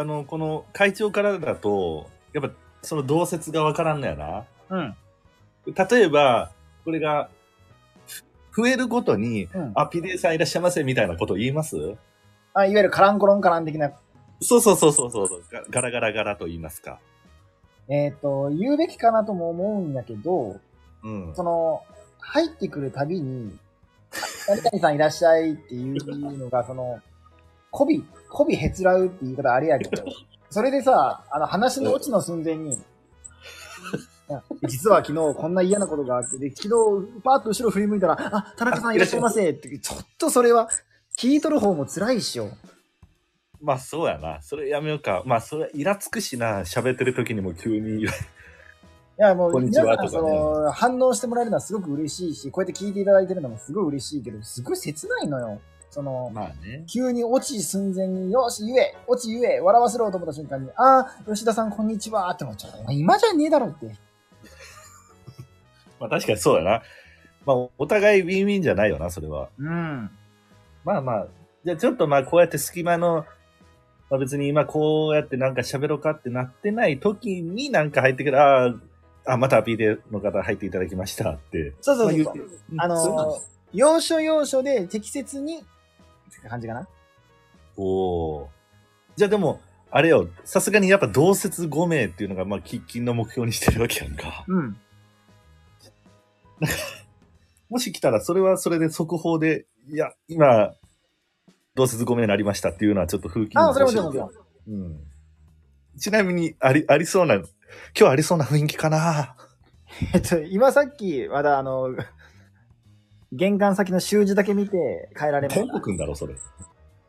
あの、この会長からだと、やっぱその同説がわからんのやな。うん。例えば、これが、ふ増えるごとに、うんあ、ピデーさんいらっしゃいませみたいなこと言いますあ、いわゆるカランコロンカラン的な、そうそうそうそうそうガ。ガラガラガラと言いますか。えっ、と、言うべきかなとも思うんだけど、うん。その、入ってくるたびに、何々さんいらっしゃいっていうのが、その、媚び、媚びへつらうって言い方あれやけど、それでさ、あの、話のオチの寸前に、実は昨日こんな嫌なことがあって、で、昨日、パーッと後ろ振り向いたら、あ、田中さんいらっしゃいませって、ちょっとそれは、聞いとる方も辛いっしょ。まあそうやな。それやめようか。まあそれ、イラつくしな。喋ってる時にも急に言わいや、もう、こんにちは皆さんとかそねの、反応してもらえるのはすごく嬉しいし、こうやって聞いていただいてるのもすごい嬉しいけど、すごい切ないのよ。その、まあね。急に落ち寸前に、よし、言え、落ち言え、笑わせろと思った瞬間に、あー、吉田さんこんにちはって思っちゃう。お前今じゃねえだろって。まあ確かにそうやな。まあおお互いウィンウィンじゃないよな、それは。うん。まあまあ。じゃあちょっとまあこうやって隙間の、まあ別に今こうやってなんか喋ろうかってなってない時になんか入ってくる、あーあ、また PD の方入っていただきましたって。そうそうまそうあそう言。うあのうんそうなんですー、要所要所で適切に、って感じかな。おお。じゃあでも、あれよ、さすがにやっぱ同説5名っていうのが、まあ、喫緊の目標にしてるわけやんか。うん。もし来たら、それはそれで速報で、いや、今、同説5名になりましたっていうのはちょっと風紀にあー、それもちろんもちろんう。ん。ちなみに、あり、ありそうな、今日ありそうな雰囲気かなえっと、今さっき、まだあの、玄関先の習字だけ見て変えられまテしンた。ポいくんだろ、それ。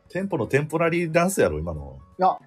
テンポのテンポラリーダンスやろ、今の。や、